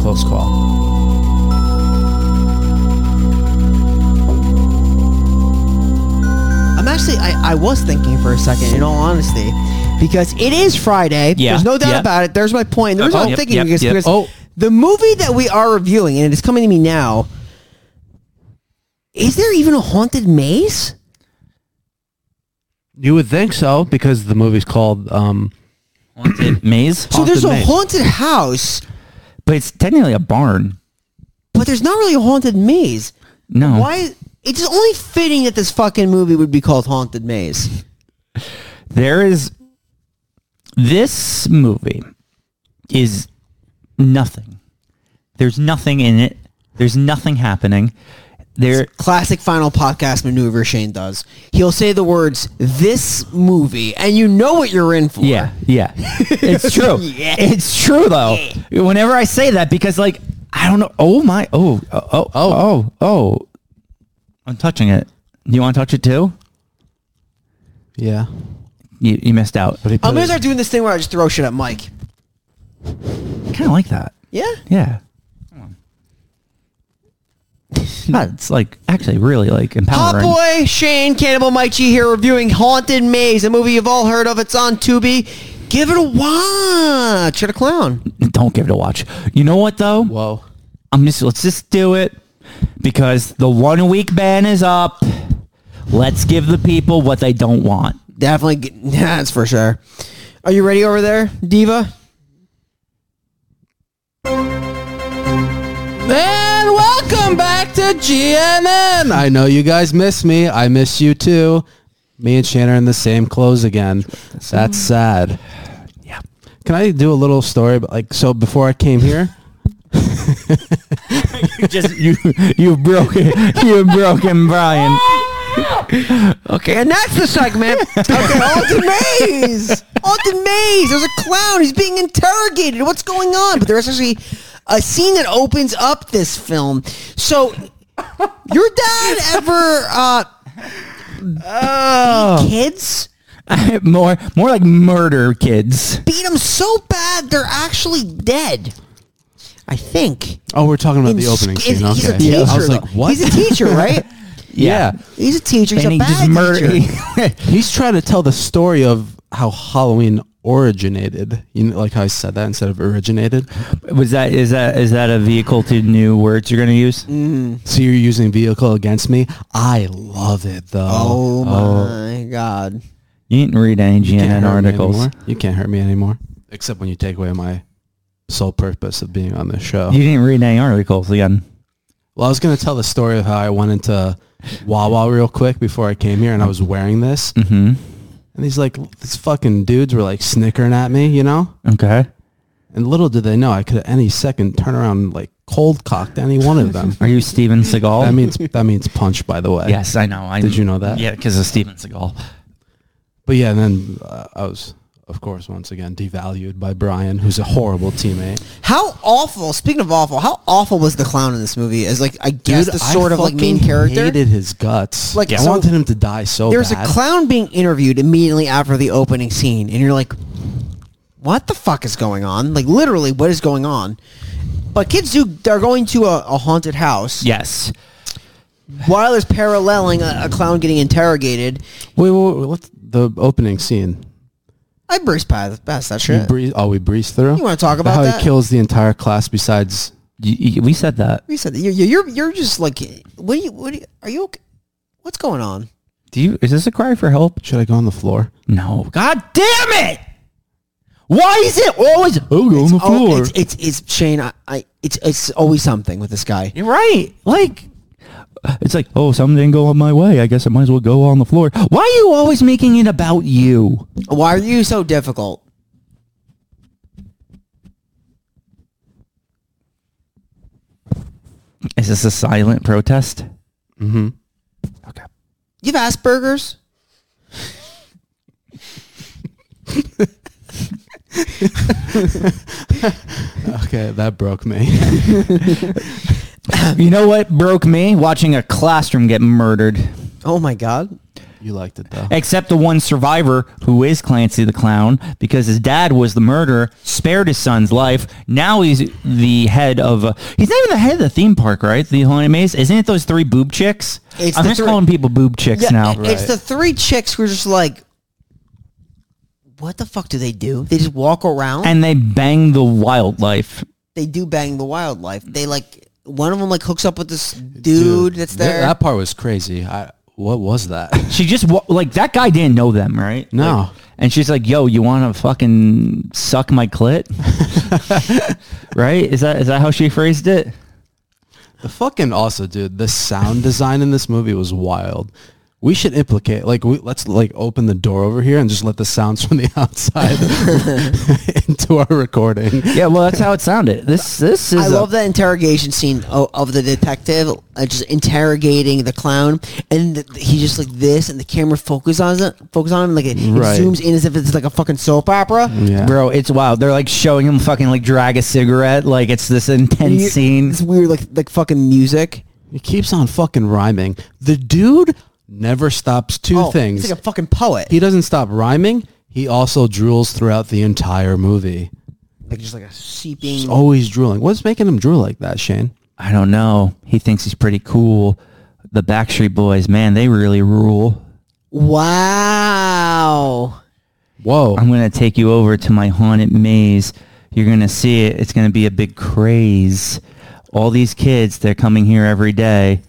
close call. I'm actually, I, I was thinking for a second, in all honesty, because it is Friday. Yeah. There's no doubt Yeah. about it. There's my point. There's Oh, I'm yep, thinking yep, because, yep. because Oh. the movie that we are reviewing, and it is coming to me now, is there even a haunted maze? You would think so because the movie's called. Um, Haunted maze. So there's a Haunted maze. haunted house, But it's technically a barn. but there's not really a haunted maze. No. Why? It's only fitting that this fucking movie would be called Haunted Maze. There is this movie is nothing. There's nothing in it. There's nothing happening. There Classic final podcast maneuver Shane does. He'll say the words, this movie, and you know what you're in for. Yeah, yeah. It's true. It's true though. Whenever I say that because like I don't know oh my oh oh oh oh oh I'm touching it. Do you want to touch it too? yeah. You, you missed out. But he put I'm gonna it- start doing this thing where I just throw shit at Mike. kind of like that. Yeah? Yeah. God, it's like actually really like Hot empowering. boy Shane Cannibal Mike G here reviewing Haunted Maze, a movie you've all heard of. It's on Tubi. Give it a watch. You're a clown. Don't give it a watch. You know what though? Whoa. I'm just let's just do it because the one week ban is up. Let's give the people what they don't want. Definitely, g- that's for sure. Are you ready over there, Diva? And welcome back to GNN. I know you guys miss me. I miss you too. Me and Shannon are in the same clothes again. That's sad. Yeah. Can I do a little story? But like, so before I came here, just you you've broken you've broken Brian. Okay, and that's the segment. okay, Haunted Maze. Haunted Maze. There's a clown. He's being interrogated. What's going on? But there's actually a scene that opens up this film. So, your dad ever uh, beat kids? more more like murder kids. Beat them so bad they're actually dead. I think. oh, we're talking about In the opening sc- scene. He's Okay. a teacher. I was though. like, what? He's a teacher, right? yeah. He's a teacher. He's and a he bad just murder teacher. He's trying to tell the story of how Halloween originated. You know, like how I said that instead of originated. Was that is that is that a vehicle to new words you're gonna use? So you're using vehicle against me. I love it though. Oh my god. You didn't read any Can't hurt GNN me articles. anymore. You can't hurt me anymore. Except when you take away my sole purpose of being on this show. You didn't read any articles again. Well, I was going to tell the story of how I went into Wawa real quick before I came here and I was wearing this. Mm-hmm. And these like, these fucking dudes were like snickering at me, you know? Okay. And little did they know I could at any second turn around and like cold cocked any one of them. Are you Steven Seagal? that means that means punch, by the way. yes, I know. I Did you know that? Yeah, because of Steven Seagal. But yeah, and then uh, I was, of course, once again devalued by Brian, who's a horrible teammate. How awful! Speaking of awful, how awful was the clown in this movie? As like I guess the I sort of like main fucking character. Hated his guts. Like, Like I so- wanted him to die so There's bad. a clown being interviewed immediately after the opening scene, and you're like, "What the fuck is going on? Like literally, what is going on?" But kids do. They're going to a, a haunted house Yes. while there's paralleling a, a clown getting interrogated. wait, wait, wait, what's the opening scene? I burst past, past that We shit. breeze, oh, we breeze through. You wanna talk about how that? he kills the entire class? Besides, You, you, we said that. We said that you're, you're you're just like, what do you what do you, are you? Okay? What's going on? Do you? Is this a cry for help? should I go on the floor? No. God damn it! Why is it always who on the Oh, it's, it's it's Shane. I, I it's it's always something with this guy. You're right. Like it's like, oh, something didn't go on my way. I guess I might as well go on the floor. Why are you always making it about you? Why are you so difficult? Is this a silent protest? Mm-hmm. Okay. You have Asperger's. Okay, that broke me. Uh, You know what broke me? Watching a classroom get murdered. Oh my God! You liked it though. except the one survivor who is Clancy the Clown because his dad was the murderer, spared his son's life. Now he's the head of. uh he's not even the head of the theme park, right? The Haunted Maze. Isn't it those three boob chicks? It's I'm the just three- calling people boob chicks Yeah, now. It's the three chicks who are just like, what the fuck do they do? They just walk around. And they bang the wildlife. they do bang the wildlife. They like one of them like hooks up with this dude, that's That- there. That part was crazy. I, what was that? She just wa- like that guy didn't know them, right? No. Like- and she's like, "Yo, you want to fucking suck my clit?" right? Is that is that how she phrased it? The fucking also, dude. The sound design in this movie was wild. We should implicate, like, we, let's like open the door over here and just let the sounds from the outside into our recording. Yeah, well, that's how it sounded. This this is I a- love that interrogation scene of, of the detective uh, just interrogating the clown, and th- he just like this, and the camera focuses on it, focus on him, like it, it Right. zooms in as if it's like a fucking soap opera. Yeah. Bro, it's wild. They're like showing him fucking like drag a cigarette. Like it's this intense You- scene. This weird like like fucking music. It keeps on fucking rhyming. The dude never stops Two Oh, things. He's like a fucking poet. he doesn't stop rhyming. He also drools throughout the entire movie. like just like a seeping. He's always drooling. What's making him drool like that, Shane? I don't know. He thinks he's pretty cool. The Backstreet Boys, man, they really rule. Wow. Whoa. I'm gonna take you over to my haunted maze. You're gonna see it. It's gonna be a big craze. All these kids, they're coming here every day.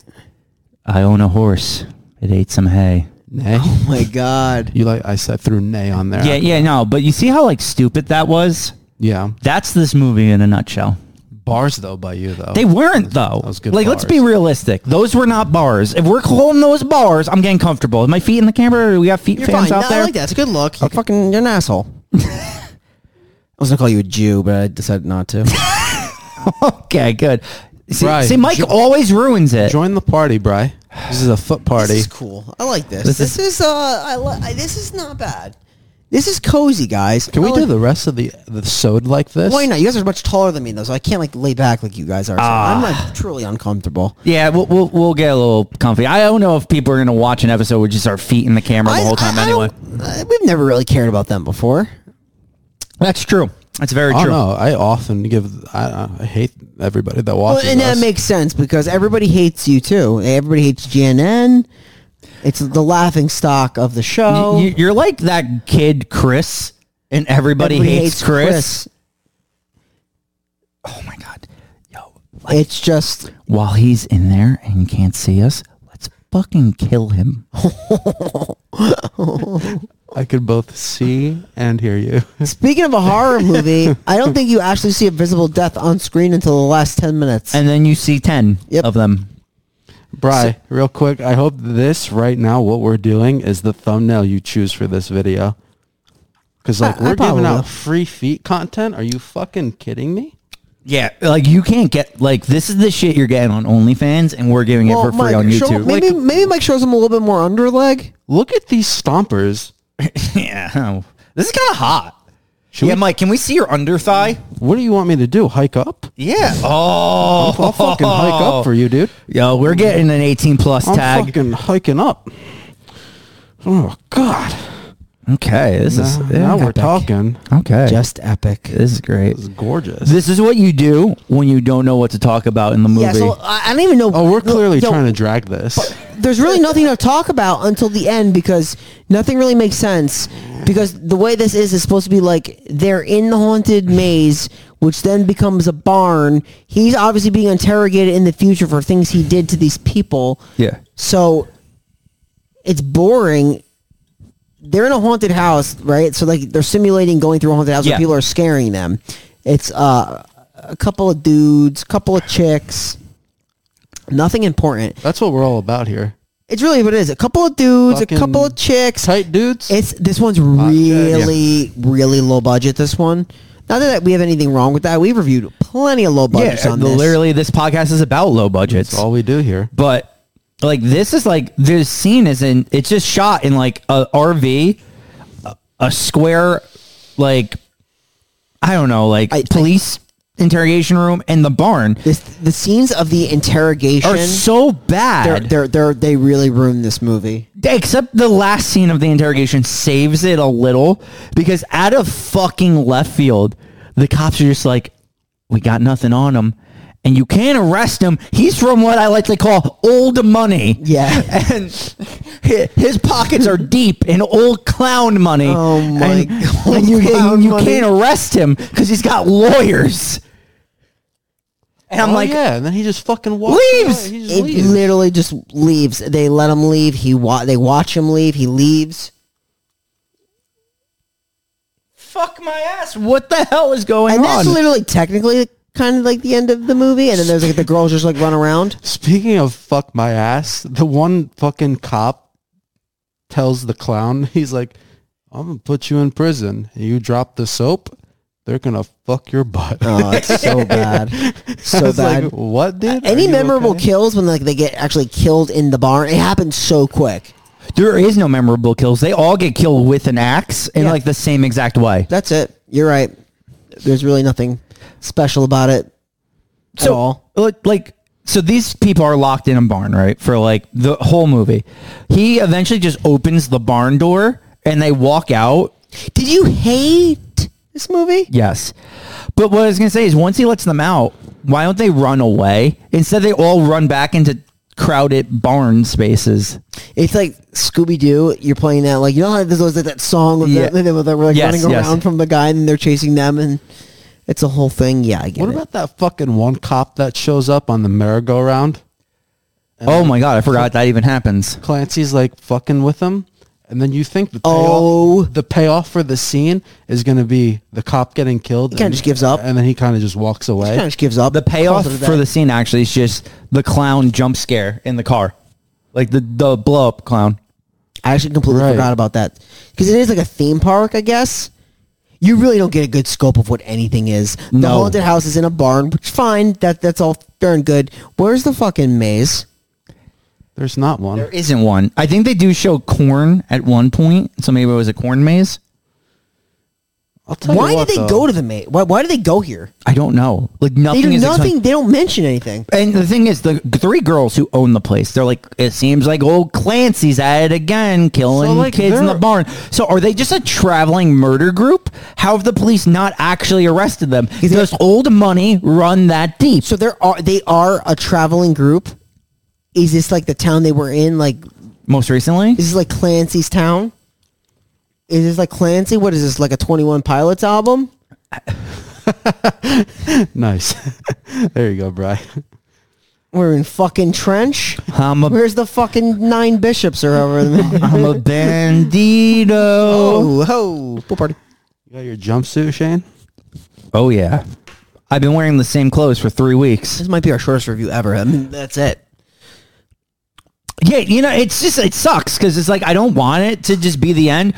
I own a horse. It ate some hay. Nay. Oh my god. You like I said threw nay on there. Yeah, yeah, no, but you see how like stupid that was? Yeah. That's this movie in a nutshell. Bars though by you though. They weren't though. Oh, was good like, let's bars. be realistic. Those were not bars. If we're holding those bars, I'm getting comfortable. Is my feet in the camera? Or we got feet You're fans fine. out No, there. I like that. It's a good look. You're fucking you're an asshole. I was gonna call you a Jew, but I decided not to. Okay, good. See, Right. see Mike Jo- always ruins it. Join the party, Bry. This is a foot party. This is cool. I like this. This, This is, uh, I li- I, this is not bad. This is cozy, guys. Can I we do like- the rest of the the sode like this? Why not? You guys are much taller than me, though, so I can't like lay back like you guys are. So I'm Ah. like truly uncomfortable. yeah, we'll, we'll we'll get a little comfy. I don't know if people are gonna watch an episode with just our feet in the camera the whole time. anyway, don't- I- we've never really cared about them before. that's true. That's very I true. don't know. I often give. I, I hate everybody that Well, watches. and that us. makes sense because everybody hates you too. Everybody hates GNN. It's the laughing stock of the show. You, you're like that kid Chris, and everybody, Everybody hates, hates Chris. Oh my god, yo, it's just while he's in there and can't see us, let's fucking kill him. I could both see and hear you. speaking of a horror movie. I don't think you actually see a visible death on screen until the last ten minutes. And then you see 10 Yep. of them. Bry, real quick. I hope this right now, what we're doing is the thumbnail you choose for this video. Because like I- I we're probably giving will. out free feet content. Are you fucking kidding me? Yeah, like you can't get like this is the shit you're getting on OnlyFans, and we're giving it for free Mike, on show- YouTube. maybe maybe Mike shows him a little bit more under leg. Look at these stompers. yeah, oh. this is kind of hot. Should yeah, we- Mike, can we see your under thigh? What do you want me to do? Hike up? Yeah. Oh, I'll fucking hike up for you, dude. Yo, we're getting an 18 plus I'm tag. fucking hiking up. Oh God! okay, this is Now, yeah, now we're epic. talking. Okay, Just epic. this is great. It's gorgeous. This is what you do when you don't know what to talk about in the movie. Yeah, so I, I don't even know. oh, we're no, clearly yo, trying to drag this. There's really nothing to talk about until the end because nothing really makes sense. Because the way this is is supposed to be like they're in the haunted maze, which then becomes a barn. He's obviously being interrogated in the future for things he did to these people. yeah. So it's boring. They're in a haunted house, right? So like they're simulating going through a haunted house Yeah. where people are scaring them. It's uh, a couple of dudes, couple of chicks. Nothing important. That's what we're all about here. It's really what it is. A couple of dudes, Fucking a couple of chicks. Tight dudes. It's this one's yeah. really, really low budget. This one. Not that we have anything wrong with that. We've reviewed plenty of low budgets Yeah, on the- this. literally, this podcast is about low budgets. That's all we do here. but like this is like this scene is in it's just shot in like a RV, a, a square, like I don't know, like I- police interrogation room and the barn This, the scenes of the interrogation. are so they're, bad. they're, they're, they really ruined this movie. Except the last scene of the interrogation saves it a little because out of fucking left field, the cops are just like, we got nothing on him. And you can't arrest him. He's from what I like to call old money. Yeah. And hi- his pockets are deep in old clown money. Oh my and, God, and you, clown you money. can't arrest him because he's got lawyers. And I'm Oh, like, yeah, and then he just fucking walks Leaves! away. He just It leaves. literally just leaves. They let him leave. He wa- They watch him leave. He leaves. fuck my ass. What the hell is going And on? that's literally technically kind of like the end of the movie. And then there's like the girls just like run around. Speaking of fuck my ass, the one fucking cop tells the clown, he's like, I'm gonna put you in prison. You drop the soap, they're gonna fuck your butt. Oh, it's so bad. I So was bad. like, what dude? Are Any you memorable okay?" kills when like they get actually killed in the barn? It happens so quick. There is no memorable kills. They all get killed with an axe in Yeah. like the same exact way. That's it. You're right. There's really nothing special about it. So all. like- like so these people are locked in a barn, right? For like the whole movie. He eventually just opens the barn door and they walk out. Did you hate this movie? Yes. But what I was going to say is once he lets them out, why don't they run away? Instead they all run back into crowded barn spaces. It's like Scooby Doo. You're playing that like you know how there's always like that song with Yeah. the, they were like Yes, running yes. around from the guy and they're chasing them and it's a whole thing. Yeah, I get What it. about that fucking one cop that shows up on the merry-go-round? oh my god, I forgot that even happens. Clancy's like fucking with him, and then you think the payoff, Oh. the payoff for the scene is gonna be the cop getting killed. kinda and- just gives up. and then he kind of just walks away. Kind of just gives up. The payoff Calls it a for day. the scene actually is just the clown jump scare in the car. Like the the blow up clown. I actually completely Right. forgot about that because it is like a theme park, I guess. You really don't get a good scope of what anything is. The No. haunted house is in a barn, which fine. That that's all fair and good. Where's the fucking maze? There's not one. There isn't one. I think they do show corn at one point, so maybe it was a corn maze. I'll tell you Why did what, they though. go to the maze? Why, why did they go here? I don't know. Like They nothing do is nothing. explained. They don't mention anything. And the thing is, the three girls who own the place, they're like, it seems like old Clancy's at it again, killing So, like, kids in the they're- barn. So are they just a traveling murder group? How have the police not actually arrested them? Does old money run that deep? So there are they are a traveling group. Is this like the town they were in? Like Most recently, is this like Clancy's town? Is this like Clancy? What is this like a Twenty One Pilots album? Nice. there you go, Bry. We're in fucking trench. I'm a, Where's the fucking nine bishops or however? the- I'm a bandito. Oh. oh, ho, pool party. You got your jumpsuit, Shane? Oh, yeah, I've been wearing the same clothes for three weeks. This might be our shortest review ever. I mean, that's it. Yeah, you know, it's just it sucks because it's like I don't want it to just be the end,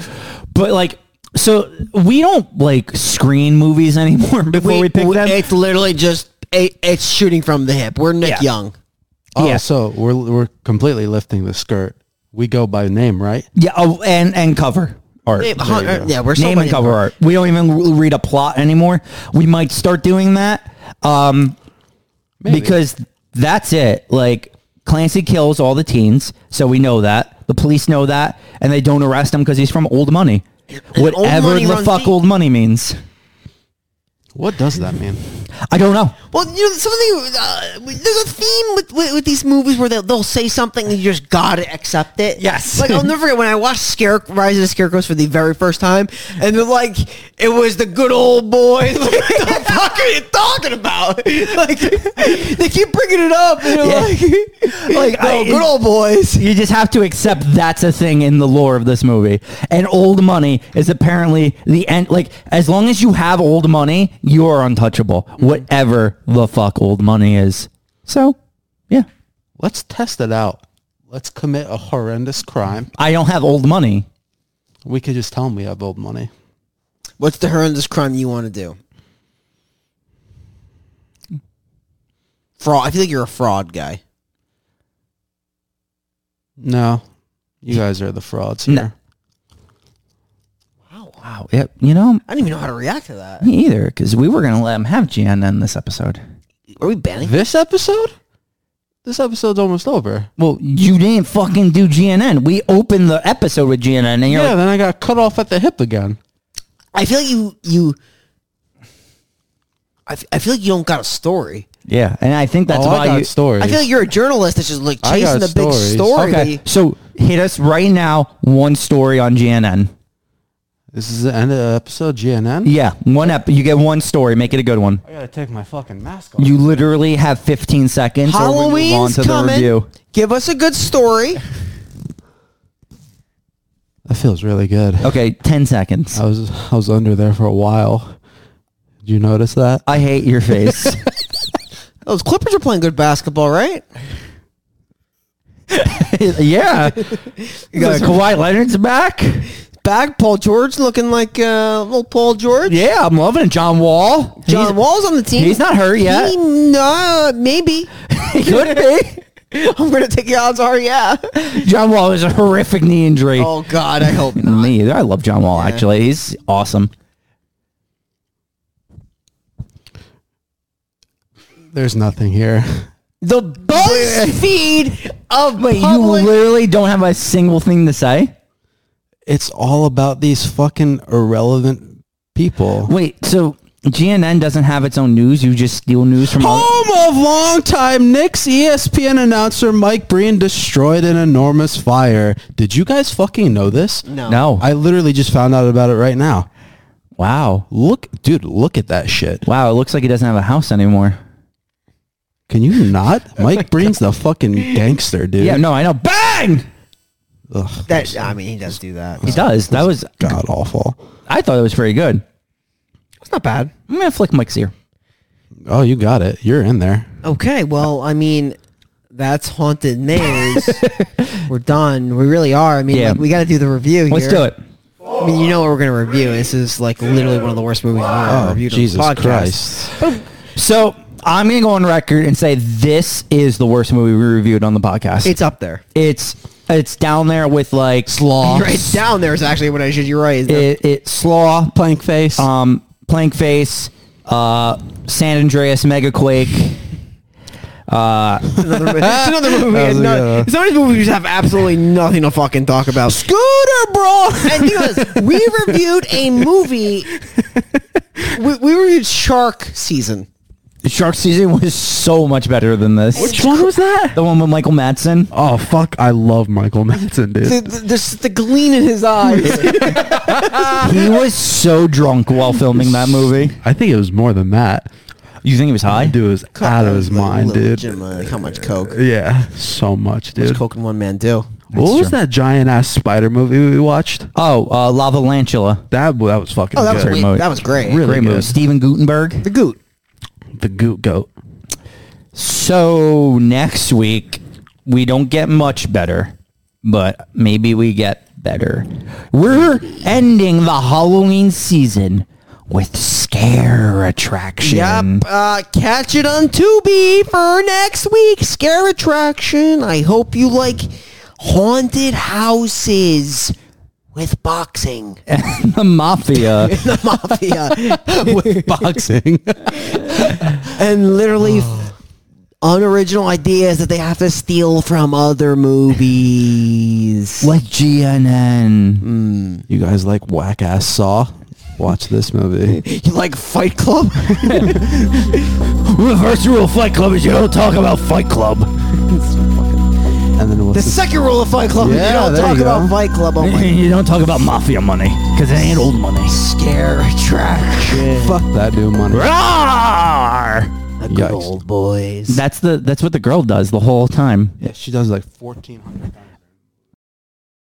but like. So we don't like screen movies anymore before we, pick them. It's literally just it, it's shooting from the hip. We're Nick Yeah. Young. Oh, Yeah. so we're we're completely lifting the skirt. We go by name, right? yeah, oh, and and cover art, Hey, huh, uh, yeah, we're so name and funny. cover art. We don't even re- read a plot anymore. We might start doing that, um, because that's it. Like Clancy kills all the teens, so we know that the police know that, and they don't arrest him because he's from old money. old Whatever money the runs fuck deep. old money means, What does that mean? I don't know. Well, you know something. Uh, there's a theme with, with with these movies where they'll, they'll say something and you just gotta accept it. Yes. Like I'll never forget when I watched Scare Rise of the Scarecrows for the very first time, and they're like, "It was the good old boy." Like, what the fuck are you talking about? Like they keep bringing it up, and Yeah. they're like, "Like Like, no, I- good old boys." You just have to accept that's a thing in the lore of this movie. And old money is apparently the end. Like, as long as you have old money, you are untouchable. Mm-hmm. Whatever the fuck old money is. So, yeah. Let's test it out. Let's commit a horrendous crime. I don't have old money. We could just tell them we have old money. What's the horrendous crime you want to do? Fraud. I feel like you're a fraud guy. No, you guys are the frauds No. here. Wow. yeah, you know, I don't even know how to react to that. me either, because we were gonna let him have Gianna in this episode. Are we banning? This episode? This episode's almost over. Well, you didn't fucking do GNN. We opened the episode with GNN, and you're Yeah, like, then I got cut off at the hip again. I feel like you you. I, f- I feel like you don't got a story. yeah. And I think that's oh, I why got you. stories. I feel like you're a journalist that's just like I got chasing the big stories. story. that Okay, you- so hit us right now. One story on GNN. this is the end of the episode, GNN. Yeah, one ep. You get one story. Make it a good one. I gotta take my fucking mask off. You literally have 15 seconds. or we move on Halloween's to the coming. review. Give us a good story. that feels really good. Okay, 10 seconds. I was I was under there for a while. Did you notice that? I hate your face. Those Clippers are playing good basketball, right? yeah. You got Kawhi Leonard's back. Back Paul George looking like uh, little Paul George. Yeah, I'm loving it. John Wall. John He's- Wall's on the team. he's not hurt yet. He, no, maybe. He could be. I'm gonna take the odds are yeah. John Wall is a horrific knee injury. Oh God, I hope not. Me either. I love John Wall, actually. He's awesome. There's nothing here. The BuzzFeed of Wait, you public- literally don't have a single thing to say? It's all about these fucking irrelevant people. Wait, so GNN doesn't have its own news? You just steal news from all. Home of longtime Knicks E ESPN announcer Mike Breen destroyed an enormous fire. Did you guys fucking know this? No. No. I literally just found out about it right now. wow. Look, dude, look at that shit. Wow, it looks like he doesn't have a house anymore. Can you not? Oh Mike Breen's the fucking gangster, dude. Yeah, no, I know. Bang! Ugh, That I mean, he does do that. He It's does. That was, God awful. I thought it was pretty good. not bad. I'm going to flick Mike's ear. Oh, you got it. You're in there. Okay, well, I mean, that's haunted maze. we're done. We really are. I mean, Yeah. like, we got to do the review. Let's here. do it. I mean, you know what we're gonna review. This is like literally one of the worst movies we've ever Oh, reviewed. Jesus on the podcast. Christ. So I'm going to go on record and say this is the worst movie we reviewed on the podcast. It's up there. it's it's down there with like slaw. You're right down there is actually what I should. You're right. It, it slaw Plank face. um, plank face, uh, San Andreas mega quake. another, mo- it's another That movie. was and a good no, one. some of these movies have absolutely nothing to fucking talk about. Scooter, bro. and because we reviewed a movie, we, we reviewed Shark Season. Shark season was so much better than this. Which one was that? The one with Michael Madsen. oh, fuck. I love Michael Madsen, The, dude. the, the, the gleam in his eyes. Uh, He was so drunk while filming that movie. I think it was more than that. You think he was high? Dude was out of his mind, dude. Legitimately, How much coke? Yeah, so much, How dude. much coke can one man do? What was that giant ass spider movie we watched? Oh, uh, Lava Lantula. That that was fucking. Oh, that was good. great. movie. That was great. Really Great good. movie. Steven Gutenberg. The Goot. the Goot Goat. So next week we don't get much better, but maybe we get better. We're ending the Halloween season with scare attraction. Yep. Uh, catch it on Tubi for next week. Scare attraction. I hope you like haunted houses with boxing. the mafia. the mafia with Boxing. and literally f- unoriginal ideas that they have to steal from other movies. like GNN. you guys like whack ass Saw? Watch this movie. You like Fight Club? Mm. Reverse rule of Fight Club is you don't talk about Fight Club. And then the what's the, second rule of Fight Club is you Yeah, don't there talk you about go. Fight Club. Oh my you don't talk about mafia money because it ain't old money. scare attraction. fuck that new money? Roar! The good Yikes. old boys. That's the that's what the girl does the whole time. Yeah, she does like fourteen hundred times.